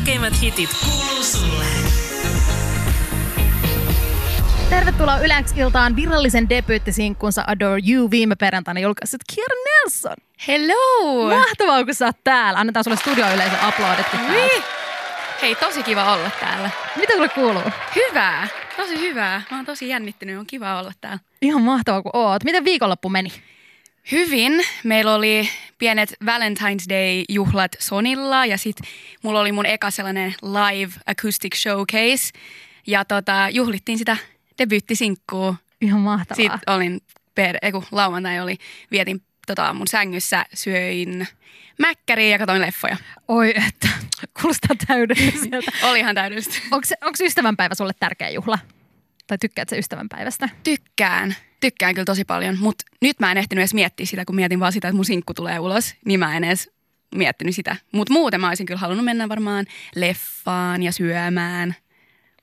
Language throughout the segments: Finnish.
Suurimmat hitit kuuluu sulle. Tervetuloa Yläks-iltaan virallisen debyyttisinkkunsa Adore You viime perjantaina julkaissut Kier Nelson. Hello! Mahtavaa, kun sä oot täällä. Annetaan sulle studioyleisön aplodit. kun täältä. Niin. Hei, tosi kiva olla täällä. Mitä sulle kuuluu? Hyvää, tosi hyvää. Mä oon tosi jännittynyt, on kiva olla täällä. Ihan mahtavaa, kun oot. Miten viikonloppu meni? Hyvin. Meillä oli pienet Valentine's Day-juhlat Sonilla ja sit mulla oli mun eka sellainen live acoustic showcase. Ja tota, juhlittiin sitä debyyttisinkkuu. Ihan mahtavaa. Sitten olin, per, ei kun lauantai oli, vietin tota, mun sängyssä, syöin mäkkäriä ja katsoin leffoja. Oi, että kuulostaa täydelliseltä. Olihan täydellistä. Onko ystävänpäivä sulle tärkeä juhla? Tai tykkäät sä ystävänpäivästä? Tykkään. Tykkään kyllä tosi paljon, mutta nyt mä en ehtinyt edes miettiä sitä, kun mietin vaan sitä, että mun sinkku tulee ulos, niin mä en edes miettinyt sitä. Mutta muuten mä olisin kyllä halunnut mennä varmaan leffaan ja syömään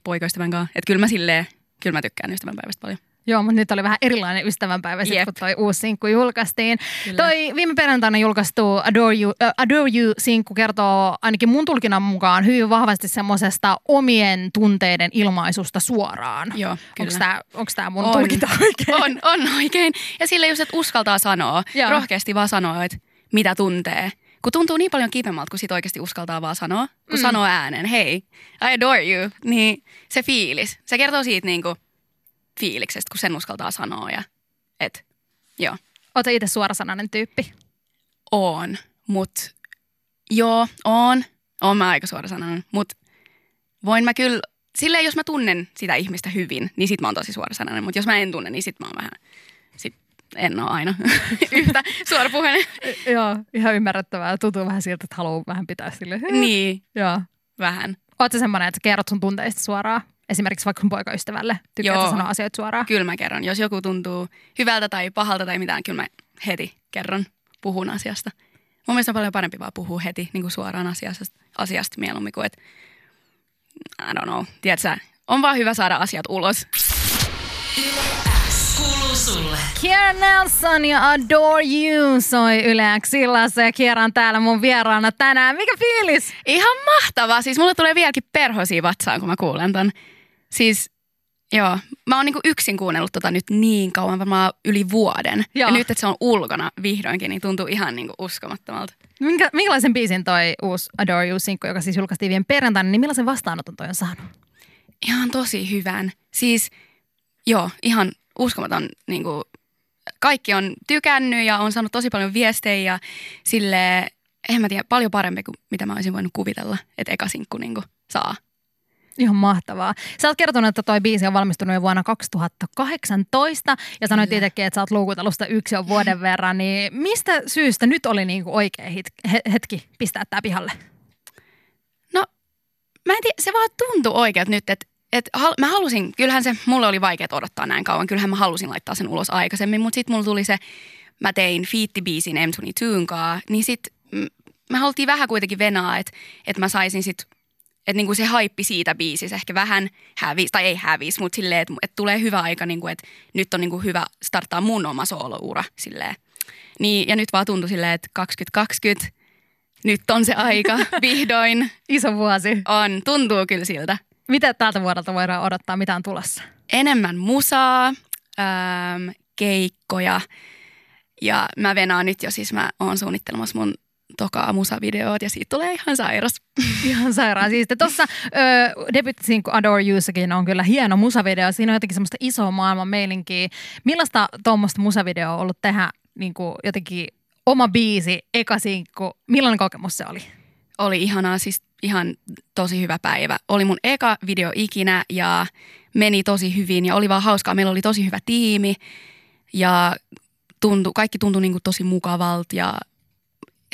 poikaystävän kanssa. Että kyllä mä silleen, kyllä mä tykkään ystävänpäivästä paljon. Joo, mutta nyt oli vähän erilainen ystävänpäivä sitten, Jep. kun toi uusi sinkku julkaistiin. Kyllä. Toi viime perjantaina julkaistu Adore You, äh, Adore You sinkku kertoo ainakin mun tulkinnan mukaan hyvin vahvasti semmoisesta omien tunteiden ilmaisusta suoraan. Joo, kyllä. Onko tämä mun On. tulkinta oikein? On, on oikein. Ja sille just, että uskaltaa sanoa, Joo. Joo. rohkeasti vaan sanoa, että mitä tuntee. Kun tuntuu niin paljon kipemmältä, kun sit oikeasti uskaltaa vaan sanoa. Kun Mm. mm. sanoo äänen, hei, I adore you, niin se fiilis. Se kertoo siitä niinku fiiliksestä, kun sen uskaltaa sanoa. Ja, et, joo, Oletko itse suorasanainen tyyppi? on, mut joo, on. On mä aika suora sanan, mut voin mä kyllä, silleen jos mä tunnen sitä ihmistä hyvin, niin sit mä oon tosi suora sananen, mut jos mä en tunne, niin sit mä oon vähän, sit en oo aina yhtä suorapuheinen. Joo, ihan ymmärrettävää. Tuntuu vähän siltä, että haluaa vähän pitää sille. niin, Joo. vähän. Oletko semmoinen, että kerrot sun tunteista suoraan? Esimerkiksi vaikka sun poikaystävälle. Tykkäät sä Joo. sanoa asioita suoraan? Kyllä mä kerron, jos joku tuntuu hyvältä tai pahalta tai mitään, kyllä mä heti kerron, puhun asiasta. Mun mielestä on paljon parempi vaan puhua heti niin kuin suoraan asiasta, asiasta mieluummin kuin, että I don't know, tiedätkö, on vaan hyvä saada asiat ulos. Kuuluu sulle. Kiera Nelson ja Adore You soi yleäksillä se Kiera on täällä mun vieraana tänään. Mikä fiilis? Ihan mahtavaa. Siis mulle tulee vieläkin perhosia vatsaan, kun mä kuulen ton. Siis, joo. Mä oon niinku yksin kuunnellut tota nyt niin kauan, varmaan yli vuoden. Joo. Ja nyt, että se on ulkona vihdoinkin, niin tuntuu ihan niinku uskomattomalta. Minkä, minkälaisen biisin toi uusi Adore You-sinkku, joka siis julkaistiin viime perjantaina, niin millaisen vastaanoton toi on saanut? Ihan tosi hyvän. Siis, joo, ihan uskomaton niinku, kaikki on tykännyt ja on saanut tosi paljon viestejä ja sille en mä tiedä, paljon parempi kuin mitä mä olisin voinut kuvitella, että eka sinkku niinku saa. Ihan mahtavaa. Sä oot kertonut, että toi biisi on valmistunut jo vuonna 2018 ja sanoit Kyllä. itsekin, että sä oot luukutellut sitä yksi jo vuoden verran, niin mistä syystä nyt oli niinku oikea hit- he- hetki pistää tää pihalle? mä en tiedä, se vaan tuntui oikealta nyt, että et, hal, mä halusin, kyllähän se, mulle oli vaikea odottaa näin kauan, kyllähän mä halusin laittaa sen ulos aikaisemmin, mutta sitten mulla tuli se, mä tein fiittibiisin M22 kaa, niin sitten me haluttiin vähän kuitenkin venaa, että et mä saisin sit, että niinku se haippi siitä biisissä ehkä vähän hävisi, tai ei hävisi, mutta silleen, että et tulee hyvä aika, niinku, että nyt on niinku hyvä starttaa mun oma sooloura silleen. Niin, ja nyt vaan tuntui silleen, että 2020, nyt on se aika, vihdoin. Iso vuosi. On, tuntuu kyllä siltä. Mitä tältä vuodelta voidaan odottaa? Mitä on tulossa? Enemmän musaa, äm, keikkoja ja mä venaan nyt jo, siis mä oon suunnittelemassa mun tokaa musavideoot ja siitä tulee ihan sairas. Ihan sairaan siistiä. Tuossa debutin Adore Yousakin on kyllä hieno musavideo. Siinä on jotenkin semmoista isoa maailman meilinkiä. Millaista tuommoista musavideoa on ollut tehdä niin kuin jotenkin oma biisi, eka sinkku? Millainen kokemus se oli? Oli ihanaa, siis ihan tosi hyvä päivä. Oli mun eka video ikinä ja meni tosi hyvin ja oli vaan hauskaa. Meillä oli tosi hyvä tiimi ja tuntu, kaikki tuntui niin kuin tosi mukavalta ja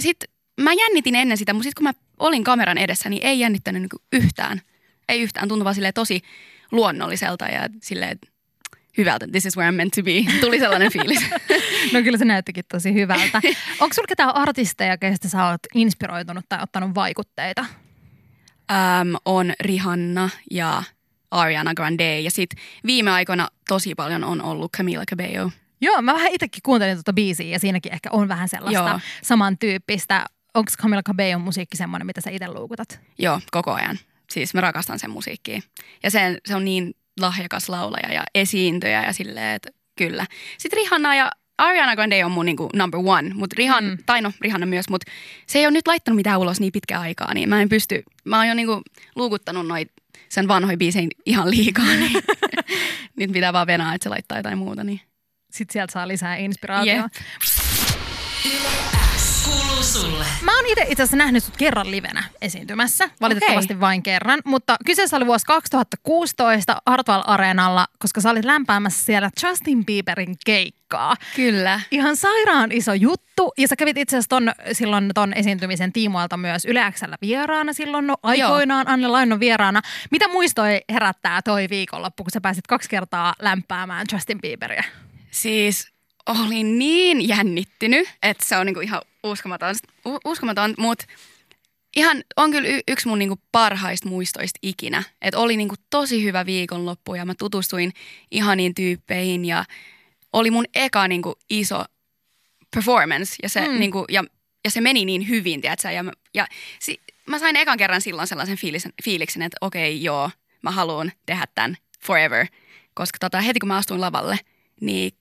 sitten mä jännitin ennen sitä, mutta sitten kun mä olin kameran edessä, niin ei jännittänyt niinku yhtään. Ei yhtään, tuntui vaan silleen tosi luonnolliselta ja silleen hyvältä, this is where I'm meant to be. Tuli sellainen fiilis. No kyllä se näyttikin tosi hyvältä. Onko sulla ketään artisteja, keistä sä oot inspiroitunut tai ottanut vaikutteita? Äm, on Rihanna ja Ariana Grande ja sitten viime aikoina tosi paljon on ollut Camila Cabello. Joo, mä vähän itsekin kuuntelin tuota biisiä ja siinäkin ehkä on vähän sellaista Joo. Joo. samantyyppistä. onko Camila Cabellon musiikki semmoinen, mitä sä itse luukutat? Joo, koko ajan. Siis mä rakastan sen musiikkia. Ja sen, se on niin lahjakas laulaja ja esiintyjä ja silleen, että kyllä. Sitten Rihanna ja Ariana Grande on mun niinku number one, mut Rihan, Mm. mm. tai no Rihanna myös, mutta se ei ole nyt laittanut mitään ulos niin pitkään aikaa, niin mä en pysty, mä oon jo niinku luukuttanut noit sen vanhoja biisejä ihan liikaa, niin nyt pitää vaan venaa, että se laittaa jotain muuta, niin Sitten sieltä saa lisää inspiraatiota. Jep. S kuuluu sulle. Mä oon itse itse asiassa nähnyt sut kerran livenä esiintymässä, valitettavasti okay. vain kerran, mutta kyseessä oli vuosi 2016 Hartwall Areenalla, koska sä olit lämpäämässä siellä Justin Bieberin keikkaa. kyllä. Ihan sairaan iso juttu, ja sä kävit itse asiassa ton, silloin ton esiintymisen tiimoilta myös Yleäksellä vieraana silloin no, aikoinaan, Anne Laino vieraana. Mitä muistoja herättää toi viikonloppu, kun sä pääsit kaksi kertaa lämpäämään Justin Bieberia? Siis olin niin jännittynyt, että se on niinku ihan uskomaton, u- uskomaton mutta ihan on kyllä y- yksi mun niinku parhaista muistoista ikinä. Et oli niinku tosi hyvä viikonloppu ja mä tutustuin ihaniin tyyppeihin ja oli mun eka niinku iso performance ja se, Mm. mm. niinku, ja, ja se meni niin hyvin, tiedätkö? Ja, mä- ja si- mä sain ekan kerran silloin sellaisen fiilisen, fiiliksen, että okei, okay, joo, mä haluan tehdä tämän forever. Koska tota, heti kun mä astuin lavalle, niin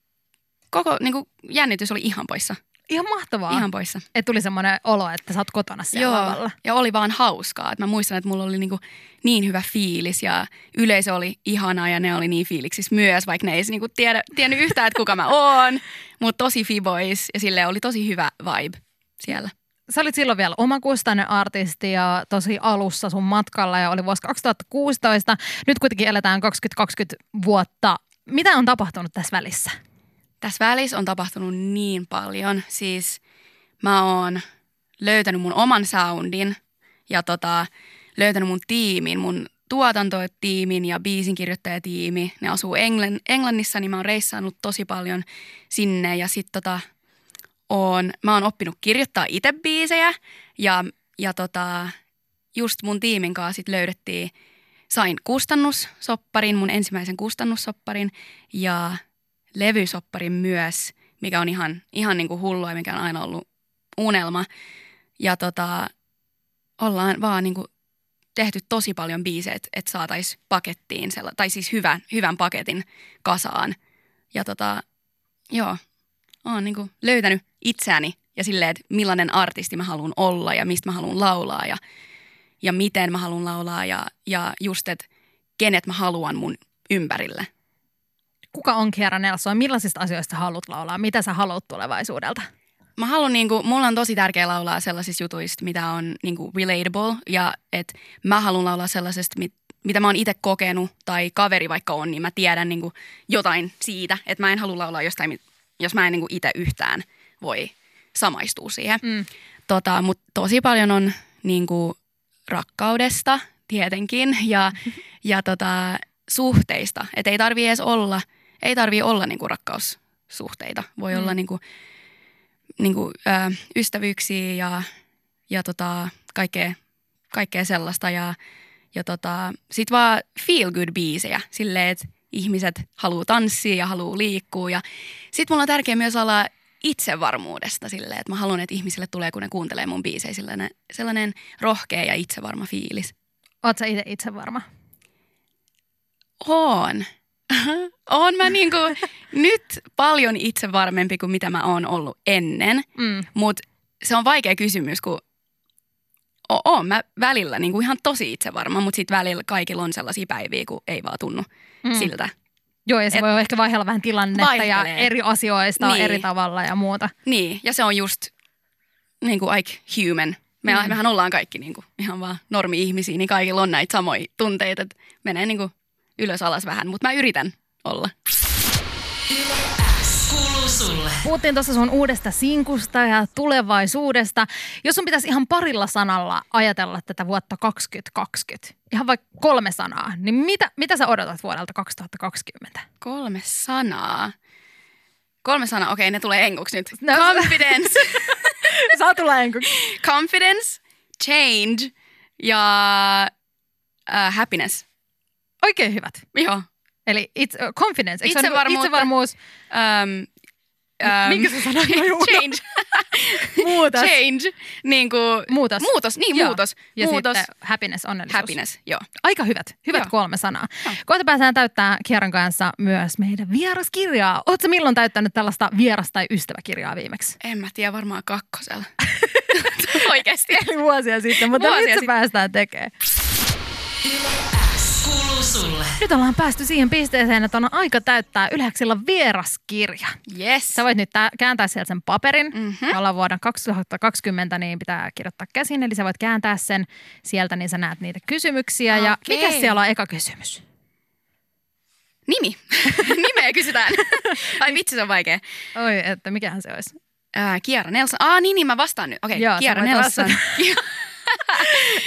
koko niinku, jännitys oli ihan poissa. Ihan mahtavaa, Vaan. Ihan. Ihan poissa. että tuli semmoinen olo, että sä oot kotona siellä lavalla. ja oli vaan hauskaa. Et mä muistan, että mulla oli niinku niin hyvä fiilis ja yleisö oli ihanaa ja ne oli niin fiiliksissä myös, vaikka ne ei edes niinku tiedä, tiennyt yhtään, että kuka mä oon. Mutta tosi fibois ja sille oli tosi hyvä vibe siellä. sä olit silloin vielä omakustainen artisti ja tosi alussa sun matkalla ja oli vuosi 2016. Nyt kuitenkin eletään 2020 vuotta. Mitä on tapahtunut tässä välissä? Tässä välissä on tapahtunut niin paljon. Siis mä oon löytänyt mun oman soundin ja tota, löytänyt mun tiimin, mun tuotantotiimin ja biisinkirjoittajatiimi. Ne asuu Englann, Englannissa, niin mä oon reissannut tosi paljon sinne ja sit tota, oon, mä oon oppinut kirjoittaa itse biisejä ja, ja tota, just mun tiimin kanssa sit löydettiin, sain kustannussopparin, mun ensimmäisen kustannussopparin ja levysopparin myös, mikä on ihan, ihan niin kuin hullua ja mikä on aina ollut unelma. Ja tota, ollaan vaan niin kuin tehty tosi paljon biisejä, että et saataisiin pakettiin, sella- tai siis hyvän, hyvän paketin kasaan. Ja tota, joo, olen niin kuin löytänyt itseäni ja silleen, että millainen artisti mä haluan olla ja mistä mä haluan laulaa ja, ja miten mä haluan laulaa ja, ja just, että kenet mä haluan mun ympärille. Kuka on Kiara Nelson? Millaisista asioista sä haluat laulaa? Mitä sä haluat tulevaisuudelta? mä haluan niinku, mulla on tosi tärkeä laulaa sellaisista jutuista, mitä on niinku relatable ja et mä haluan laulaa sellaisesta, mit, mitä mä oon itse kokenut tai kaveri vaikka on, niin mä tiedän niinku jotain siitä, että mä en halua laulaa jostain, mit- jos mä en niinku itse yhtään voi samaistua siihen. Mm. Tota, Mutta tosi paljon on niinku rakkaudesta tietenkin ja, ja tota, suhteista. Et ei tarvii edes olla, ei tarvii olla niinku rakkaussuhteita. Voi Mm. mm. olla niinku, niinku, ö, ystävyyksiä ja, ja tota, kaikkea, kaikkea sellaista. Ja, ja tota, sit vaan feel good biisejä silleen, että ihmiset haluaa tanssia ja haluaa liikkua. Ja sit mulla on tärkeää myös olla itsevarmuudesta silleen, että mä haluan, että ihmisille tulee, kun ne kuuntelee mun biisejä, sellainen, sellainen rohkea ja itsevarma fiilis. Oot sä itse itse varma? Oon. oon mä niinku nyt paljon itsevarmempi kuin mitä mä oon ollut ennen, Mm. mutta se on vaikea kysymys, kun o- oon mä välillä niinku ihan tosi itsevarma, mutta sitten välillä kaikilla on sellaisia päiviä, kun ei vaan tunnu Mm. mm. siltä. Joo, ja se Et- voi ehkä vaihdella vähän tilannetta ja Vaihtelee. eri asioista niin. Niin. eri tavalla ja muuta. Niin, ja se on just niin kuin like human. Me, Mm. mm. Mehän ollaan kaikki niin kuin, ihan vaan normi-ihmisiä, niin kaikilla on näitä samoja tunteita. Että menee niin kuin ylös alas vähän, mutta mä yritän olla. S kuuluu sulle. Puhuttiin tuossa sun uudesta sinkusta ja tulevaisuudesta. Jos sun pitäisi ihan parilla sanalla ajatella tätä vuotta 2020, ihan vaikka kolme sanaa, niin mitä, mitä sä odotat vuodelta 2020? Kolme sanaa. Kolme sanaa, okei, ne tulee englanniksi nyt. No. Confidence, Saa tulla enku. confidence, change ja äh, happiness. Oikein hyvät. Joo. Eli it's, confidence. Eikö se ole Itsevarmuutta. Itsevarmuus. Öm, äm, Minkä sä sanoit? No juu. Ähm, change, Muutos. change, niin kuin, Muutos. muutos, niin Joo. muutos, Ja muutos, sitten happiness, onnellisuus. happiness, joo. Aika hyvät, hyvät Joo. kolme sanaa. Joo. Kohta päästään täyttää Kieran kanssa myös meidän vieraskirjaa. Oletko milloin täyttänyt tällaista vieras- tai ystäväkirjaa viimeksi? En mä tiedä, varmaan kakkosella. Oikeasti. Eli vuosia sitten, mutta Vuosia vuosia nyt se sitten. päästään tekemään. S kuuluu sulle. Nyt ollaan päästy siihen pisteeseen, että on aika täyttää Ylhäksillä vieraskirja. Yes. Sä voit nyt tää- kääntää sieltä sen paperin. Mhm. Me ollaan vuoden 2020, niin pitää kirjoittaa käsin. Eli sä voit kääntää sen sieltä, niin sä näet niitä kysymyksiä. Ja Okei. mikä siellä on eka kysymys? Nimi. Nimeä kysytään. Ai vitsi, se on vaikea. Oi, että mikähän se olisi? Ää, Kiara Nelson. Ah, niin, niin, mä vastaan nyt. Okei, Joo, okay. sä Kiara voit Nelson.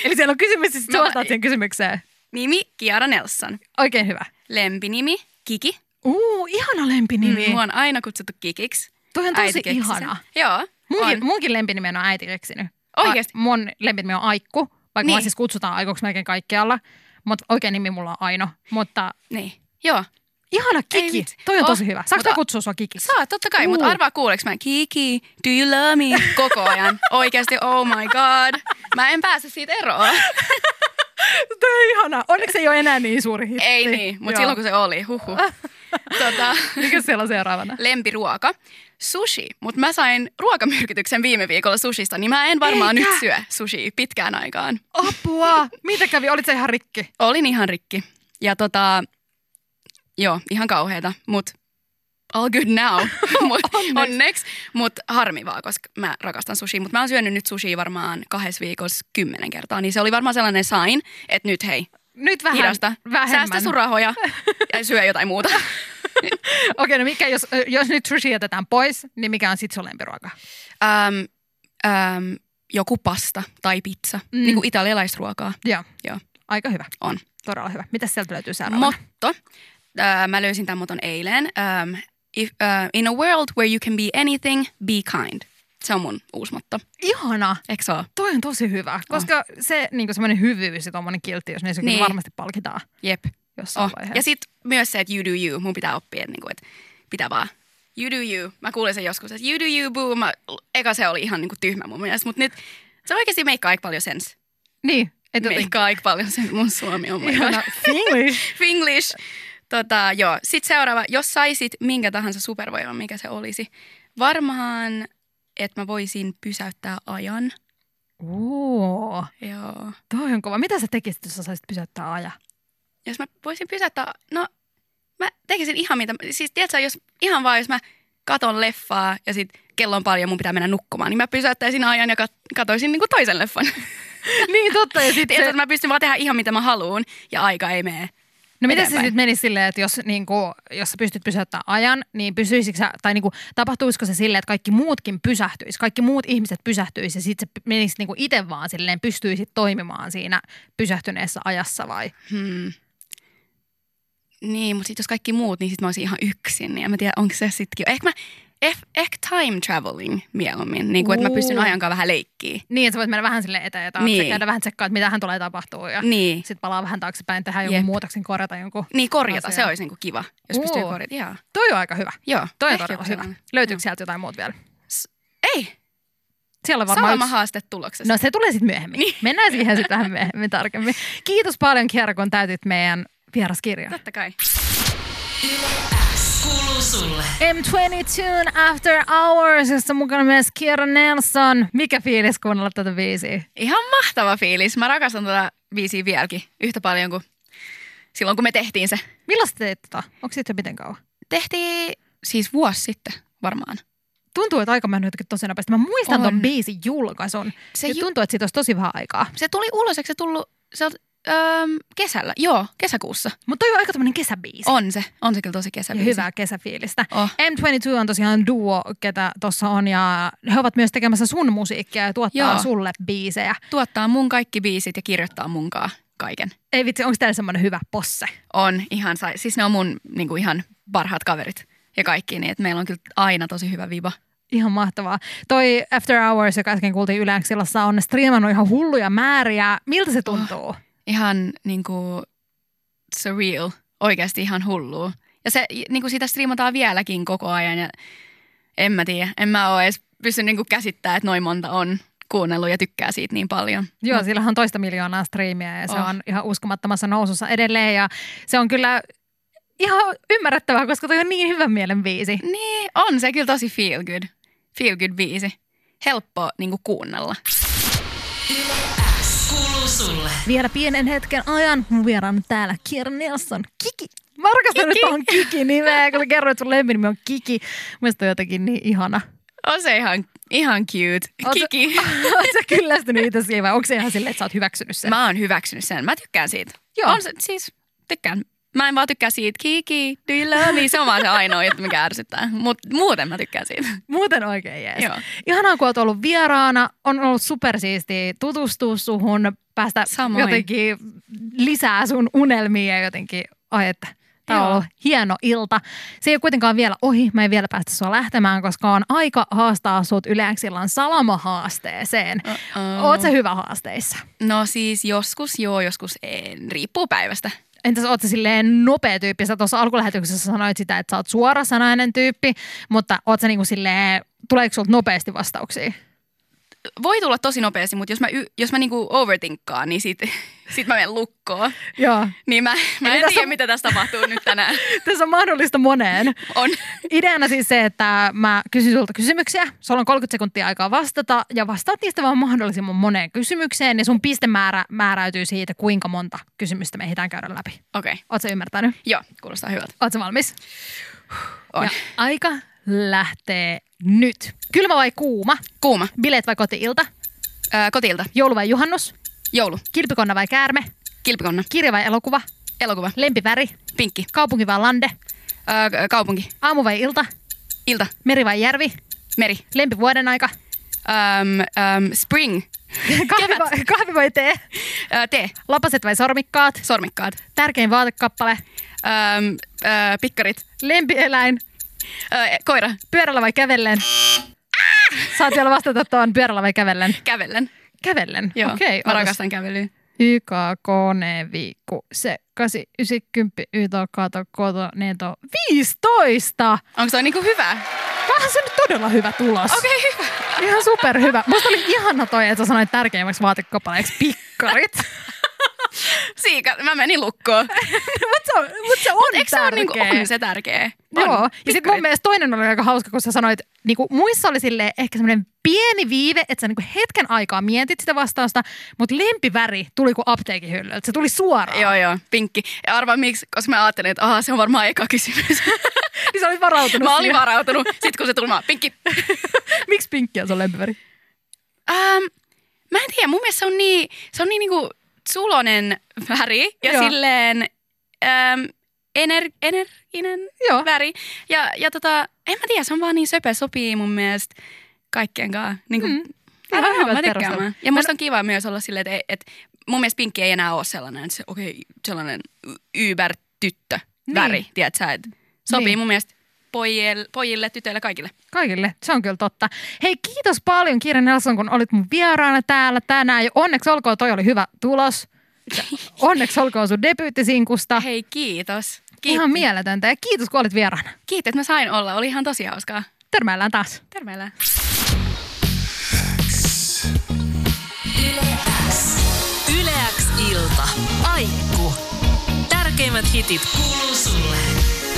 Eli siellä on kysymys, siis sä Mä- vastaat siihen kysymykseen. Nimi Kiara Nelson. Oikein hyvä. Lempinimi Kiki. Uu, ihana lempinimi. Mm, Mua on aina kutsuttu Kikiksi. Toi on Äiti tosi keksi sen. ihana. Joo, Munkin, on. munkin lempinimi on äiti keksinyt. Oikeesti? A, mun lempinimi on Aikku, vaikka niin. Niin. mua siis kutsutaan Aikuksi melkein kaikkialla. Mutta oikein nimi mulla on Aino. Mutta Niin, joo. ihana Ei Kiki. vitsi. Toi on Oh, tosi hyvä. Saanko mutta- mä kutsua sua Kikiksi? Saa, totta kai, mutta Uu. arvaa kuuleeko mä Kiki, do you love me? Koko ajan. Oikeasti, oh my god. Mä en pääse siitä eroon. Toi on ihana. Onneksi ei ole enää niin suuri hitti. Ei niin, mutta silloin kun se oli, huhu. Tota, Mikä siellä on seuraavana? lempiruoka. Sushi, mutta mä sain ruokamyrkytyksen viime viikolla sushista, niin mä en varmaan Eikä. nyt syö sushi pitkään aikaan. Apua! Mitä kävi? Olit se ihan rikki? Olin ihan rikki. Ja tota, joo, ihan kauheeta, mutta all good now. Mut, Onneksi. onneksi. Mutta harmi vaan, koska mä rakastan sushi. Mutta mä oon syönyt nyt sushi varmaan kahdessa viikossa kymmenen kertaa, niin se oli varmaan sellainen sain, että nyt hei, Nyt vähän hidasta. vähemmän. Säästä sun rahoja ja syö jotain muuta. Okei, no mikä, jos, ö, jos nyt sushi jätetään pois, niin mikä on sit sun lempiruoka? äm, äm, Ähm, joku pasta tai pizza, Mm. mm. niin kuin italialaisruokaa. Joo. Joo. Aika hyvä. On. Todella hyvä. Mitä sieltä löytyy seuraavana? Motto. Äh, mä löysin tämän moton eilen. Ähm, if, äh, in a world where you can be anything, be kind. Se on mun uusi motto. Ihana. Eikö se ole? Toi on tosi Ah. hyvä, koska se niin semmoinen hyvyys ja tuommoinen kilttiys, niin se niin. Niin. kyllä varmasti palkitaan Jep. jossain Oh. Ja vaiheessa. sitten myös se, että you do you. Mun pitää oppia, että niinku, et pitää vaan you do you. Mä kuulin sen joskus, että you do you, boo. Mä, eka se oli ihan niinku tyhmä mun mielestä, mutta nyt se oikeasti meikkaa aika paljon sens. Niin, että Meikkaa aika paljon sen mun suomi on. ihana English. Finglish. Tota, joo. Sitten seuraava, jos saisit minkä tahansa supervoiman, mikä se olisi. Varmaan, että mä voisin pysäyttää ajan. Oo, Joo. toi on kova. Mitä sä tekisit, jos sä saisit pysäyttää aja? Jos mä voisin pysäyttää, no mä tekisin ihan mitä, siis tiedätkö, jos, ihan vaan jos mä katon leffaa ja sit kello on paljon mun pitää mennä nukkumaan, niin mä pysäyttäisin ajan ja kat- katoisin niinku toisen leffan. niin totta, ja sitten Tiedätkö, että mä pystyn vaan tehdä ihan mitä mä haluan ja aika ei mene. No miten se eteenpäin. sitten menisi silleen, että jos, niin kuin, jos sä pystyt pysäyttämään ajan, niin pysyisikö sä, tai niin kuin, tapahtuisiko se silleen, että kaikki muutkin pysähtyisi, kaikki muut ihmiset pysähtyisi ja sitten se menisi niin kuin itse vaan silleen, pystyisit toimimaan siinä pysähtyneessä ajassa vai? Hmm. Niin, mutta sitten jos kaikki muut, niin sitten mä olisin ihan yksin. Ja mä tiedän, onko se sittenkin. Ehkä, mä, eh, ehkä time traveling mieluummin, niin kuin, että mä pystyn Uu. ajankaan vähän leikkiä. Niin, että sä voit mennä vähän sille eteen ja taakse, niin. Niin. käydä vähän tsekkaa, että mitä hän tulee tapahtuu ja niin. Niin, sitten palaa vähän taaksepäin, tehdä jonkun Jep. muutoksen, korjata jonkun. niin korjata, Asia. se olisi niinku kiva, jos pystyy Uu. korjata. Jaa. Toi on aika hyvä. Joo, Toi on ehkä todella joku hyvä. sellainen. Löytyykö sieltä jotain muuta vielä? Ei, Siellä on varmaan sama yksi. haaste tuloksessa. No se tulee sitten myöhemmin. Niin. Mennään siihen sitten vähän myöhemmin tarkemmin. Kiitos paljon Kiara, kun täytit meidän vieraskirjan. Totta kai. S kuuluu sulle. M22 After Hours, jossa on mukana myös Kiera Nelson. Mikä fiilis kuunnella tätä biisiä? Ihan mahtava fiilis. Mä rakastan tätä biisiä vieläkin yhtä paljon kuin silloin, kun me tehtiin se. Milloin sä teit tota? Onko siitä jo miten kauan? Tehtiin siis vuosi sitten varmaan. Tuntuu, että aika mennyt jotenkin tosi nopeasti. Mä muistan On. ton biisin julkaisun. Se Se ja ju- tuntuu, että siitä olisi tosi vähän aikaa. Se tuli ulos, eikö se tullut se, öö, kesällä? Joo, kesäkuussa. Mutta toi on aika tämmönen kesäbiisi. On se, on se kyllä tosi Ja kesäbiisi. hyvää kesäfiilistä. Oh. M22 on tosiaan duo, ketä tuossa on, ja he ovat myös tekemässä sun musiikkia ja tuottaa Joo. Joo. sulle biisejä. Tuottaa mun kaikki biisit ja kirjoittaa munkaan kaiken. Ei vitsi, onko täällä semmoinen hyvä posse? On ihan, sai- siis ne on mun niin kuin ihan parhaat kaverit ja kaikki, niin että meillä on kyllä aina tosi hyvä viba. Ihan mahtavaa. Toi After Hours, joka äsken kuultiin Yläksilassa, on striimannut ihan hulluja määriä. Miltä se tuntuu? Oh. Ihan niin kuin niinku, surreal, oikeasti ihan hullua. Ja se, niin kuin sitä striimataan vieläkin koko ajan ja En mä tiedä. En mä oo edes pysty niinku käsittämään, että noin monta on kuunnellut ja tykkää siitä niin paljon. Joo, sillä on toista miljoonaa striimiä ja se Oh. on ihan uskomattomassa nousussa edelleen ja se on kyllä ihan ymmärrettävää, koska toi on niin hyvä mielen biisi. Niin, on se kyllä tosi feel good. Feel good biisi. Helppo niinku kuunnella. X kuuluu sulle. Vielä pienen hetken ajan mun vieraana täällä Kier Nelson. Kiki! Mä rakastan nyt tuohon Kiki-nimeä, kun sä kerroit, että sun lempinimi on Kiki. Mielestäni on jotenkin niin ihana. On se ihan, ihan cute. Oot sä- Kiki. Oot sä kyllästynyt itse siihen vai onko se ihan silleen, että sä oot hyväksynyt sen? Mä oon hyväksynyt sen. Mä tykkään siitä. Joo. On se, siis tykkään. Mä en vaan tykkää siitä kiki, do you love me? Se on vaan se ainoa juttu, mikä ärsyttää. Mut muuten mä tykkään siitä. Muuten oikein jees. Joo. Ihanaa, kun oot ollut vieraana. On ollut supersiistiä tutustua suhun, päästä Samoin. jotenkin lisää sun unelmia ja jotenkin, ai että tämä on Joo. ollut hieno ilta. Se ei ole kuitenkaan vielä ohi, mä en vielä päästä sua lähtemään, koska on aika haastaa sut yleäksillan salamahaasteeseen. Uh-oh. Oot sä hyvä haasteissa? No siis joskus joo, joskus en. Riippuu päivästä. Entäs oot sä silleen nopea tyyppi? Sä tuossa alkulähetyksessä sanoit sitä, että sä oot suorasanainen tyyppi, mutta oot sä niinku silleen, tuleeko sulta nopeasti vastauksia? Voi tulla tosi nopeasti, mutta jos mä, y- jos mä niinku overtinkkaan, niin sit, sit mä menen lukkoon. Joo. Niin mä, mä en tässä tiedä, on- mitä tässä tapahtuu nyt tänään. Tässä on mahdollista moneen. On. Ideana siis se, että mä kysyn sulta kysymyksiä. Sulla on 30 sekuntia aikaa vastata ja vastaat niistä vaan mahdollisimman moneen kysymykseen. Ja sun pistemäärä määräytyy siitä, kuinka monta kysymystä me ehditään käydä läpi. Okei, okay. Oot sä ymmärtänyt? joo, kuulostaa hyvältä. Oot sä valmis? On. Ja aika lähtee nyt. Kylmä vai kuuma? Kuuma. Bileet vai kotiilta? Ää, kotilta. Joulu vai juhannus? Joulu. Kilpikonna vai käärme? Kilpikonna. Kirja vai elokuva? Elokuva. Lempiväri? Pinkki. Kaupunki vai lande? Ää, k- kaupunki. Aamu vai ilta? Ilta. Meri vai järvi? Meri. Lempivuoden aika? Äm, äm, spring. Kahvi vai, kahvi vai tee? Ää, tee. Lapaset vai sormikkaat? Sormikkaat. Tärkein vaatekappale? Äm, ää, pikkarit. Lempieläin? Ää, koira. Pyörällä vai kävellen? Saat vielä vastata tuon pyörällä vai kävellen? Kävellen. Kävellen, Joo, okei. mä otas. rakastan kävelyä. YK, kone, viikku, se, kasi, ysi, kymppi, yto, kato, koto, neto, 15! Onko toi niinku hyvä? Onhan se nyt todella hyvä tulos. Okei, okay, hyvä. Ihan superhyvä. Musta oli ihana toi, että sä sanoit tärkeimmäksi vaatekappaleeksi pikkarit. Siika, mä menin lukkoon. mutta se on, mut se on Eikö se tärkeä. ole niinku, on se tärkeä? On. Joo. Ja sitten mun Pikkarit. mielestä toinen oli aika hauska, kun sä sanoit, niinku, muissa oli sille ehkä semmoinen pieni viive, että sä niinku hetken aikaa mietit sitä vastausta, mutta lempiväri tuli kuin apteekin hyllyltä. Se tuli suoraan. Joo, joo, pinkki. Ja arvaa miksi, koska mä ajattelin, että aha, se on varmaan eka kysymys. Niin sä olit varautunut mä olin siihen. varautunut. Sitten kun se tuli, mä oon, pinkki. Miksi pinkki on sun lempiväri? Ähm, mä en tiedä, mun mielestä se on niin, se on niin niinku sulonen väri ja Joo. Joo. silleen äm, ener, energinen Joo. väri. Ja, ja tota, en mä tiedä, se on vaan niin söpö, sopii mun mielestä kaikkien kanssa. Niin kuin, Mm. mm. Ihan hyvät mä perustelut. tykkään. mä. Ja musta on kiva myös olla silleen, että et, mun mielestä pinkki ei enää ole sellainen, että se, okei, okay, sellainen yber-tyttö väri, Niin. niin. tiedätkö, sä, että Niin. sopii niin. mun mielestä pojille, pojille, tytöille, kaikille. Kaikille, se on kyllä totta. Hei, kiitos paljon Kiire Nelson, kun olit mun vieraana täällä tänään. Ja onneksi olkoon, toi oli hyvä tulos. Ja Onneksi olkoon sun debyyttisinkusta. Hei, kiitos. Kiitos, Ihan mieletöntä ja kiitos, kun olit vieraana. kiitos että mä sain olla. Oli ihan tosi hauskaa. Törmäillään taas. Terveellä. Yleäks ilta. Aikku. Tärkeimmät hitit kuuluu sulle.